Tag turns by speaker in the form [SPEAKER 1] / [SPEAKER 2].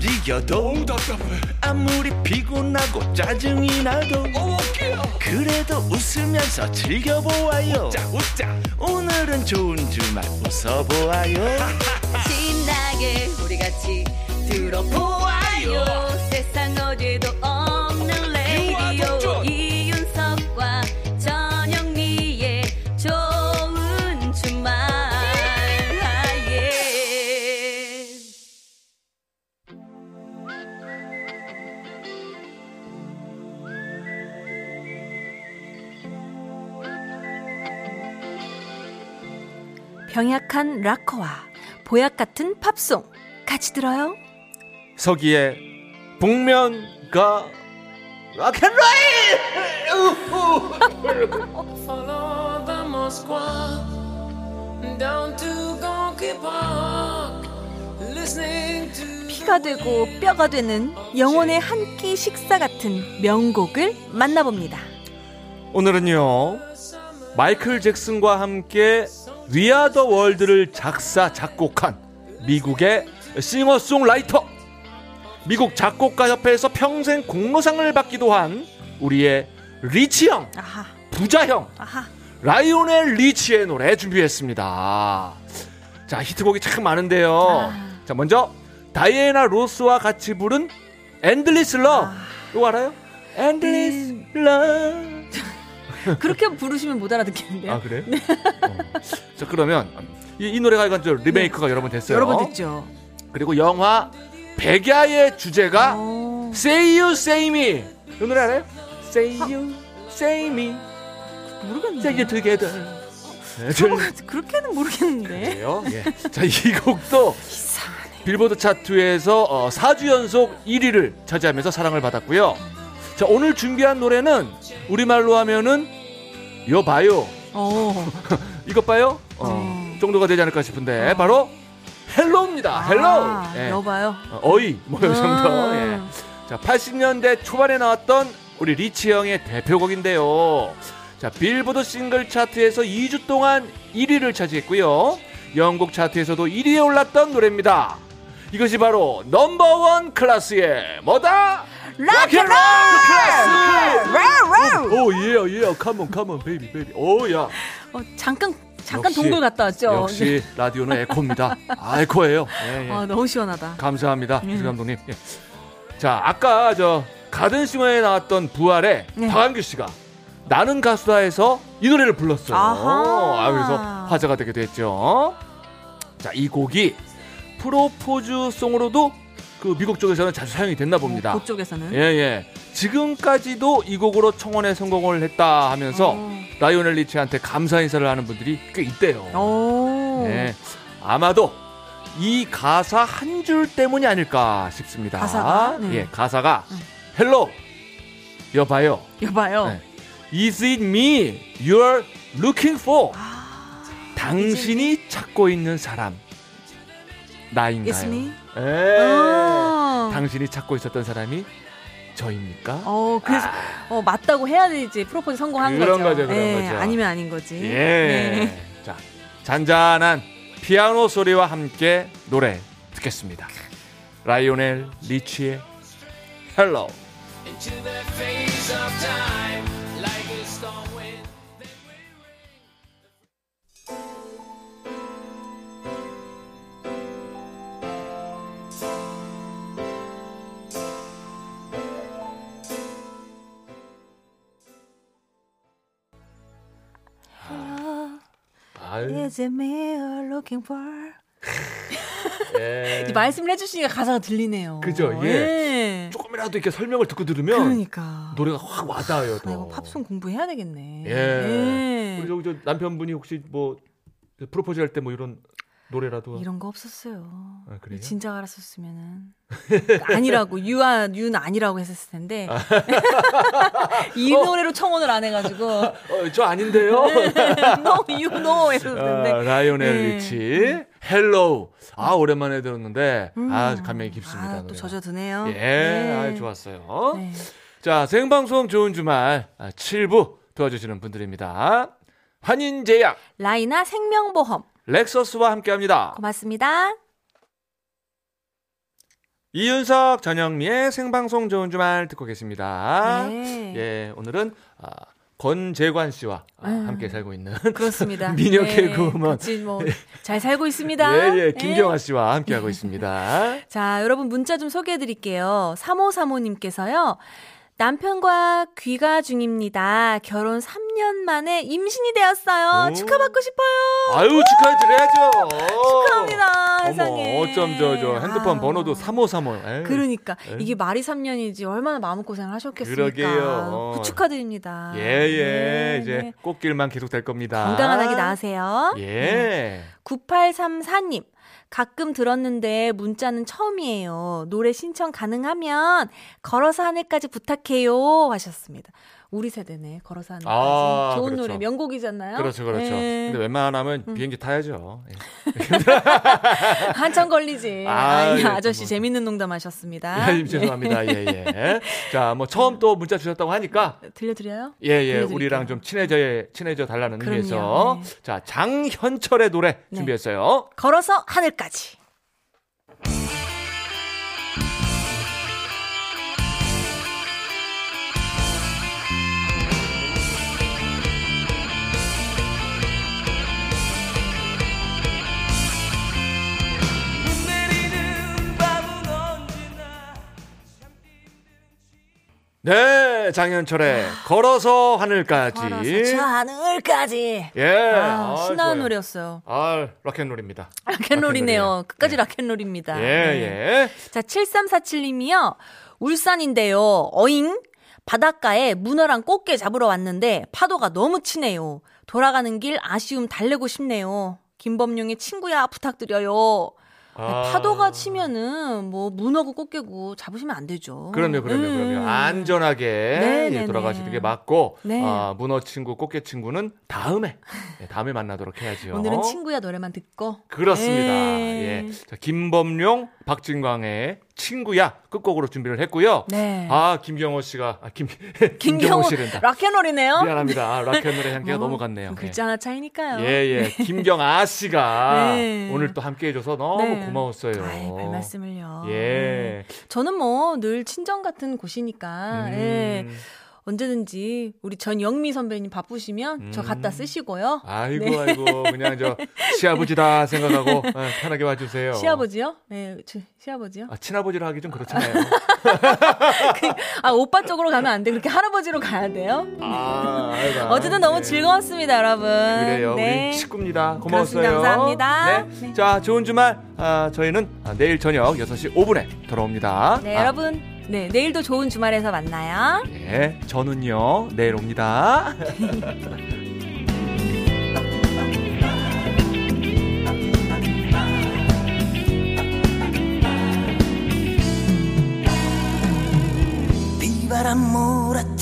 [SPEAKER 1] 생겨도
[SPEAKER 2] 너무 답답해
[SPEAKER 1] 아무리 피곤하고 짜증이 나도
[SPEAKER 2] 어머 깨야
[SPEAKER 1] 그래도 웃으면서 즐겨보아요
[SPEAKER 2] 자 웃자
[SPEAKER 1] 오늘은 좋은 주말 웃어보아요
[SPEAKER 3] 신나게 우리 같이 들어보아요 세상 어디에도 없는 레이디오
[SPEAKER 2] 동전.
[SPEAKER 3] 이윤석과 전영미의 좋은 주말 예.
[SPEAKER 4] 병약한 락커와 보약 같은 팝송 같이 들어요.
[SPEAKER 5] 서기의 복면가 락앤라이
[SPEAKER 6] Follow the Moscow down to Gonky Park. Listening to
[SPEAKER 4] 피가 되고 뼈가 되는 영혼의 한 끼 식사 같은 명곡을 만나봅니다.
[SPEAKER 5] 오늘은요 마이클 잭슨과 함께 위아더 월드를 작사 작곡한 미국의 싱어송라이터 미국 작곡가 협회에서 평생 공로상을 받기도 한 우리의 리치형
[SPEAKER 4] 아하,
[SPEAKER 5] 부자형
[SPEAKER 4] 아하.
[SPEAKER 5] 라이오넬 리치의 노래 준비했습니다. 자, 히트곡이 참 많은데요.
[SPEAKER 4] 아.
[SPEAKER 5] 자, 먼저 다이애나 로스와 같이 부른 엔들리스 러브. 이거 알아요? 엔들리스
[SPEAKER 4] 음.
[SPEAKER 5] 러브.
[SPEAKER 4] 그렇게 부르시면 못 알아듣겠는데요.
[SPEAKER 5] 아, 그래요? 어. 자, 그러면 이, 이 노래가 이건 저 리메이크가 네. 여러 번 됐어요.
[SPEAKER 4] 여러 번 듣죠.
[SPEAKER 5] 그리고 영화 백야의 주제가
[SPEAKER 4] 어.
[SPEAKER 5] Say You Say Me. 이 노래 알아요? Say You Say Me.
[SPEAKER 4] 모르겠네.
[SPEAKER 5] Say You Together. 네, 저-
[SPEAKER 4] 저거 그렇게는 모르겠는데.
[SPEAKER 5] 그래요? 예. 자, 이 곡도 빌보드 차트에서 어, 4주 연속 1위를 차지하면서 사랑을 받았고요. 자, 오늘 준비한 노래는 우리말로 하면은 여 봐요.
[SPEAKER 4] 어. 네.
[SPEAKER 5] 이것 봐요. 어, 정도가 되지 않을까 싶은데 바로 헬로우입니다. 헬로우.
[SPEAKER 4] 아,
[SPEAKER 5] 예.
[SPEAKER 4] 여봐요.
[SPEAKER 5] 어, 어이 뭐이 정도.
[SPEAKER 4] 아.
[SPEAKER 5] 예. 자, 80년대 초반에 나왔던 우리 리치 형의 대표곡인데요. 자, 빌보드 싱글 차트에서 2주 동안 1위를 차지했고요. 영국 차트에서도 1위에 올랐던 노래입니다. 이것이 바로 넘버원 클래스의 뭐다?
[SPEAKER 4] 락앤롤
[SPEAKER 5] 클래스!
[SPEAKER 4] 랄랄!
[SPEAKER 5] 오, 예, 예, 컴온, 컴온, 베이비, 베이비. 오, 야.
[SPEAKER 4] 어, 잠깐 잠깐
[SPEAKER 5] 역시,
[SPEAKER 4] 동굴 갔다 왔죠.
[SPEAKER 5] 역시 라디오는 에코입니다. 아, 에코예요. 예, 예.
[SPEAKER 4] 아, 너무 시원하다.
[SPEAKER 5] 감사합니다,
[SPEAKER 4] 음.
[SPEAKER 5] 유 감독님. 예. 자, 아까 저 가든싱어에 나왔던 부활의
[SPEAKER 4] 네.
[SPEAKER 5] 박한규 씨가 나는 가수다에서 이 노래를 불렀어요.
[SPEAKER 4] 아하.
[SPEAKER 5] 아, 그래서 화제가 되기도 했죠. 자, 이 곡이 프로포즈 송으로도 그 미국 쪽에서는 자주 사용이 됐나 봅니다.
[SPEAKER 4] 어, 그쪽에서는.
[SPEAKER 5] 예, 예. 지금까지도 이 곡으로 청원에 성공을 했다 하면서
[SPEAKER 4] 어.
[SPEAKER 5] 라이오넬 리치한테 감사 인사를 하는 분들이 꽤 있대요.
[SPEAKER 4] 오.
[SPEAKER 5] 네, 아마도 이 가사 한 줄 때문이 아닐까 싶습니다.
[SPEAKER 4] 가사가? 네.
[SPEAKER 5] 예, 가사가
[SPEAKER 4] 응.
[SPEAKER 5] 헬로 여봐요.
[SPEAKER 4] 여봐요.
[SPEAKER 5] 네. Is it me you're looking for?
[SPEAKER 4] 아,
[SPEAKER 5] 당신이 찾고 있는 사람 나인가요?
[SPEAKER 4] It's me.
[SPEAKER 5] 예.
[SPEAKER 4] 아.
[SPEAKER 5] 당신이 찾고 있었던 사람이 저입니까?
[SPEAKER 4] 어, 그래서
[SPEAKER 5] 아.
[SPEAKER 4] 어, 맞다고 해야 되지. 프로포즈 성공한
[SPEAKER 5] 그런
[SPEAKER 4] 거죠.
[SPEAKER 5] 거죠, 그런
[SPEAKER 4] 예,
[SPEAKER 5] 거죠.
[SPEAKER 4] 아니면 아닌 거지.
[SPEAKER 5] 예.
[SPEAKER 4] 네.
[SPEAKER 5] 자, 잔잔한 피아노 소리와 함께 노래 듣겠습니다. 라이오넬 리치의 헬로.
[SPEAKER 6] into the face of time like a storm wind.
[SPEAKER 5] 음.
[SPEAKER 4] Is it me you're looking for?
[SPEAKER 5] 예.
[SPEAKER 4] 이제 말씀을 해주시니까 가사가 들리네요.
[SPEAKER 5] 네. 그죠, 이게.
[SPEAKER 4] 예.
[SPEAKER 5] 조금이라도 이렇게 설명을 듣고 들으면
[SPEAKER 4] 그러니까.
[SPEAKER 5] 노래가 확 와닿아요.
[SPEAKER 4] 나
[SPEAKER 5] 또.
[SPEAKER 4] 이거 팝송 공부해야 되겠네.
[SPEAKER 5] 예.
[SPEAKER 4] 예.
[SPEAKER 5] 우리 저기 저 남편분이 혹시 뭐 프로포즈 할 때 뭐 이런 노래라도
[SPEAKER 4] 이런 거 없었어요.
[SPEAKER 5] 아, 그래요?
[SPEAKER 4] 진작 알았었으면은 아니라고 유아 윤 아니라고 했었을 텐데 이 노래로 청혼을 안 해가지고
[SPEAKER 5] 어, 저 아닌데요.
[SPEAKER 4] no you know 했었는데
[SPEAKER 5] 아, 라이오넬
[SPEAKER 4] 네.
[SPEAKER 5] 리치 헬로우. 아, 오랜만에 들었는데
[SPEAKER 4] 음.
[SPEAKER 5] 아, 감명이 깊습니다.
[SPEAKER 4] 아, 또
[SPEAKER 5] 노래가.
[SPEAKER 4] 젖어드네요.
[SPEAKER 5] 예,
[SPEAKER 4] 네.
[SPEAKER 5] 아, 좋았어요.
[SPEAKER 4] 네.
[SPEAKER 5] 자, 생방송 좋은 주말 아, 7부 도와주시는 분들입니다. 환인제약,
[SPEAKER 4] 라이나 생명보험
[SPEAKER 5] 렉서스와 함께합니다.
[SPEAKER 4] 고맙습니다.
[SPEAKER 5] 이윤석, 전영미의 생방송 좋은 주말 듣고 계십니다.
[SPEAKER 4] 네.
[SPEAKER 5] 예, 오늘은 아, 권재관 씨와 아,
[SPEAKER 4] 음.
[SPEAKER 5] 함께 살고 있는
[SPEAKER 4] 그렇습니다.
[SPEAKER 5] 미녀
[SPEAKER 4] 네,
[SPEAKER 5] 개그우먼.
[SPEAKER 4] 그치, 뭐, 잘 살고 있습니다.
[SPEAKER 5] 예,
[SPEAKER 4] 네.
[SPEAKER 5] 예, 김경아 씨와 함께 하고 있습니다.
[SPEAKER 4] 자, 여러분 문자 좀 소개해 드릴게요. 3535님께서요. 남편과 귀가 중입니다. 결혼 3년 만에 임신이 되었어요.
[SPEAKER 5] 오.
[SPEAKER 4] 축하받고 싶어요.
[SPEAKER 5] 아유, 축하해 드려야죠.
[SPEAKER 4] 축하합니다. 세상에.
[SPEAKER 5] 어머, 어쩜 저, 저 핸드폰
[SPEAKER 4] 아유.
[SPEAKER 5] 번호도 3535.
[SPEAKER 4] 그러니까
[SPEAKER 5] 에이.
[SPEAKER 4] 이게 말이 3년이지 얼마나 마음 고생을 하셨겠습니까?
[SPEAKER 5] 그러게요. 어.
[SPEAKER 4] 그 축하드립니다.
[SPEAKER 5] 예, 예.
[SPEAKER 4] 네,
[SPEAKER 5] 이제
[SPEAKER 4] 네.
[SPEAKER 5] 꽃길만 계속 될 겁니다.
[SPEAKER 4] 건강한 아기 낳으세요. 네.
[SPEAKER 5] 예.
[SPEAKER 4] 9834님. 가끔 들었는데 문자는 처음이에요. 노래 신청 가능하면 걸어서 하늘까지 부탁해요 하셨습니다. 우리 세대네. 걸어서 하늘까지.
[SPEAKER 5] 아,
[SPEAKER 4] 좋은
[SPEAKER 5] 그렇죠.
[SPEAKER 4] 노래 명곡이잖아요.
[SPEAKER 5] 그렇죠, 그렇죠.
[SPEAKER 4] 예.
[SPEAKER 5] 근데 웬만하면 비행기 타야죠. 예.
[SPEAKER 4] 한참 걸리지.
[SPEAKER 5] 아,
[SPEAKER 4] 아, 니
[SPEAKER 5] 예,
[SPEAKER 4] 아저씨
[SPEAKER 5] 정말.
[SPEAKER 4] 재밌는 농담 하셨습니다.
[SPEAKER 5] 예, 죄송합니다. 예, 예. 자, 뭐 처음 또 문자 주셨다고 하니까
[SPEAKER 4] 들려드려요?
[SPEAKER 5] 예, 예.
[SPEAKER 4] 들려드릴게요.
[SPEAKER 5] 우리랑 좀 친해져 친해져 달라는
[SPEAKER 4] 그럼요,
[SPEAKER 5] 의미에서 자, 장현철의 노래
[SPEAKER 4] 네.
[SPEAKER 5] 준비했어요.
[SPEAKER 4] 걸어서 하늘까지.
[SPEAKER 5] 네, 장현철의 걸어서 하늘까지.
[SPEAKER 4] 아. 걸어서 저 하늘까지.
[SPEAKER 5] 예.
[SPEAKER 4] 아,
[SPEAKER 5] 아,
[SPEAKER 4] 신나는
[SPEAKER 5] 좋아요.
[SPEAKER 4] 노래였어요.
[SPEAKER 5] 아, 락앤롤입니다.
[SPEAKER 4] 락앤롤이네요. 끝까지 락앤롤입니다.
[SPEAKER 5] 예,
[SPEAKER 4] 네.
[SPEAKER 5] 예.
[SPEAKER 4] 자, 7347님이요. 울산인데요. 어잉? 바닷가에 문어랑 꽃게 잡으러 왔는데 파도가 너무 치네요. 돌아가는 길 아쉬움 달래고 싶네요. 김범용의 친구야 부탁드려요. 네,
[SPEAKER 5] 아.
[SPEAKER 4] 파도가 치면은 뭐 문어고 꽃게고 잡으시면 안 되죠.
[SPEAKER 5] 그럼요, 그럼요,
[SPEAKER 4] 음.
[SPEAKER 5] 그럼요. 안전하게
[SPEAKER 4] 네,
[SPEAKER 5] 예,
[SPEAKER 4] 네,
[SPEAKER 5] 돌아가시는
[SPEAKER 4] 네.
[SPEAKER 5] 게 맞고,
[SPEAKER 4] 네.
[SPEAKER 5] 아, 문어 친구, 꽃게 친구는 다음에, 예, 다음에 만나도록 해야죠.
[SPEAKER 4] 오늘은 친구야 노래만 듣고
[SPEAKER 5] 그렇습니다.
[SPEAKER 4] 네.
[SPEAKER 5] 예. 자, 김범용, 박진광의 친구야 끝곡으로 준비를 했고요.
[SPEAKER 4] 네.
[SPEAKER 5] 아, 김경호 씨가, 아, 김,
[SPEAKER 4] 김경호
[SPEAKER 5] 김경호 씨랜다.
[SPEAKER 4] 락앤롤이네요.
[SPEAKER 5] 미안합니다. 아, 락앤롤의 향기가
[SPEAKER 4] 뭐,
[SPEAKER 5] 너무 갔네요. 예.
[SPEAKER 4] 글자 하나 차이니까요.
[SPEAKER 5] 예, 예. 김경아 씨가
[SPEAKER 4] 네.
[SPEAKER 5] 오늘 또 함께 해줘서 너무
[SPEAKER 4] 네.
[SPEAKER 5] 고마웠어요.
[SPEAKER 4] 아이, 별 말씀을요. 네.
[SPEAKER 5] 예.
[SPEAKER 4] 저는 뭐 늘 친정 같은 곳이니까 예.
[SPEAKER 5] 음.
[SPEAKER 4] 언제든지 우리 전영미 선배님 바쁘시면 저
[SPEAKER 5] 음.
[SPEAKER 4] 갖다 쓰시고요.
[SPEAKER 5] 아이고 아이고 그냥 저 시아버지다 생각하고 예, 편하게 와주세요.
[SPEAKER 4] 시아버지요? 네, 저- 시아버지요?
[SPEAKER 5] 아, 친아버지로 하기 좀 그렇잖아요.
[SPEAKER 4] 아, 오빠 쪽으로 가면 안 돼. 그렇게 할아버지로 가야 돼요?
[SPEAKER 5] 아, 아이고, 아이고.
[SPEAKER 4] 어쨌든 너무
[SPEAKER 5] 네.
[SPEAKER 4] 즐거웠습니다, 여러분.
[SPEAKER 5] 그래요.
[SPEAKER 4] 네.
[SPEAKER 5] 우리 식구입니다. 고마웠어요.
[SPEAKER 4] 그렇습니다. 감사합니다.
[SPEAKER 5] 음, 네.
[SPEAKER 4] 네.
[SPEAKER 5] 자, 좋은 주말. 아, 저희는 아, 내일 저녁 6시 5분에 돌아옵니다.
[SPEAKER 4] 네,
[SPEAKER 5] 아,
[SPEAKER 4] 여러분. 네, 내일도 좋은 주말에서 만나요.
[SPEAKER 5] 네, 저는요, 내일 옵니다.
[SPEAKER 2] 네 비바람 몰아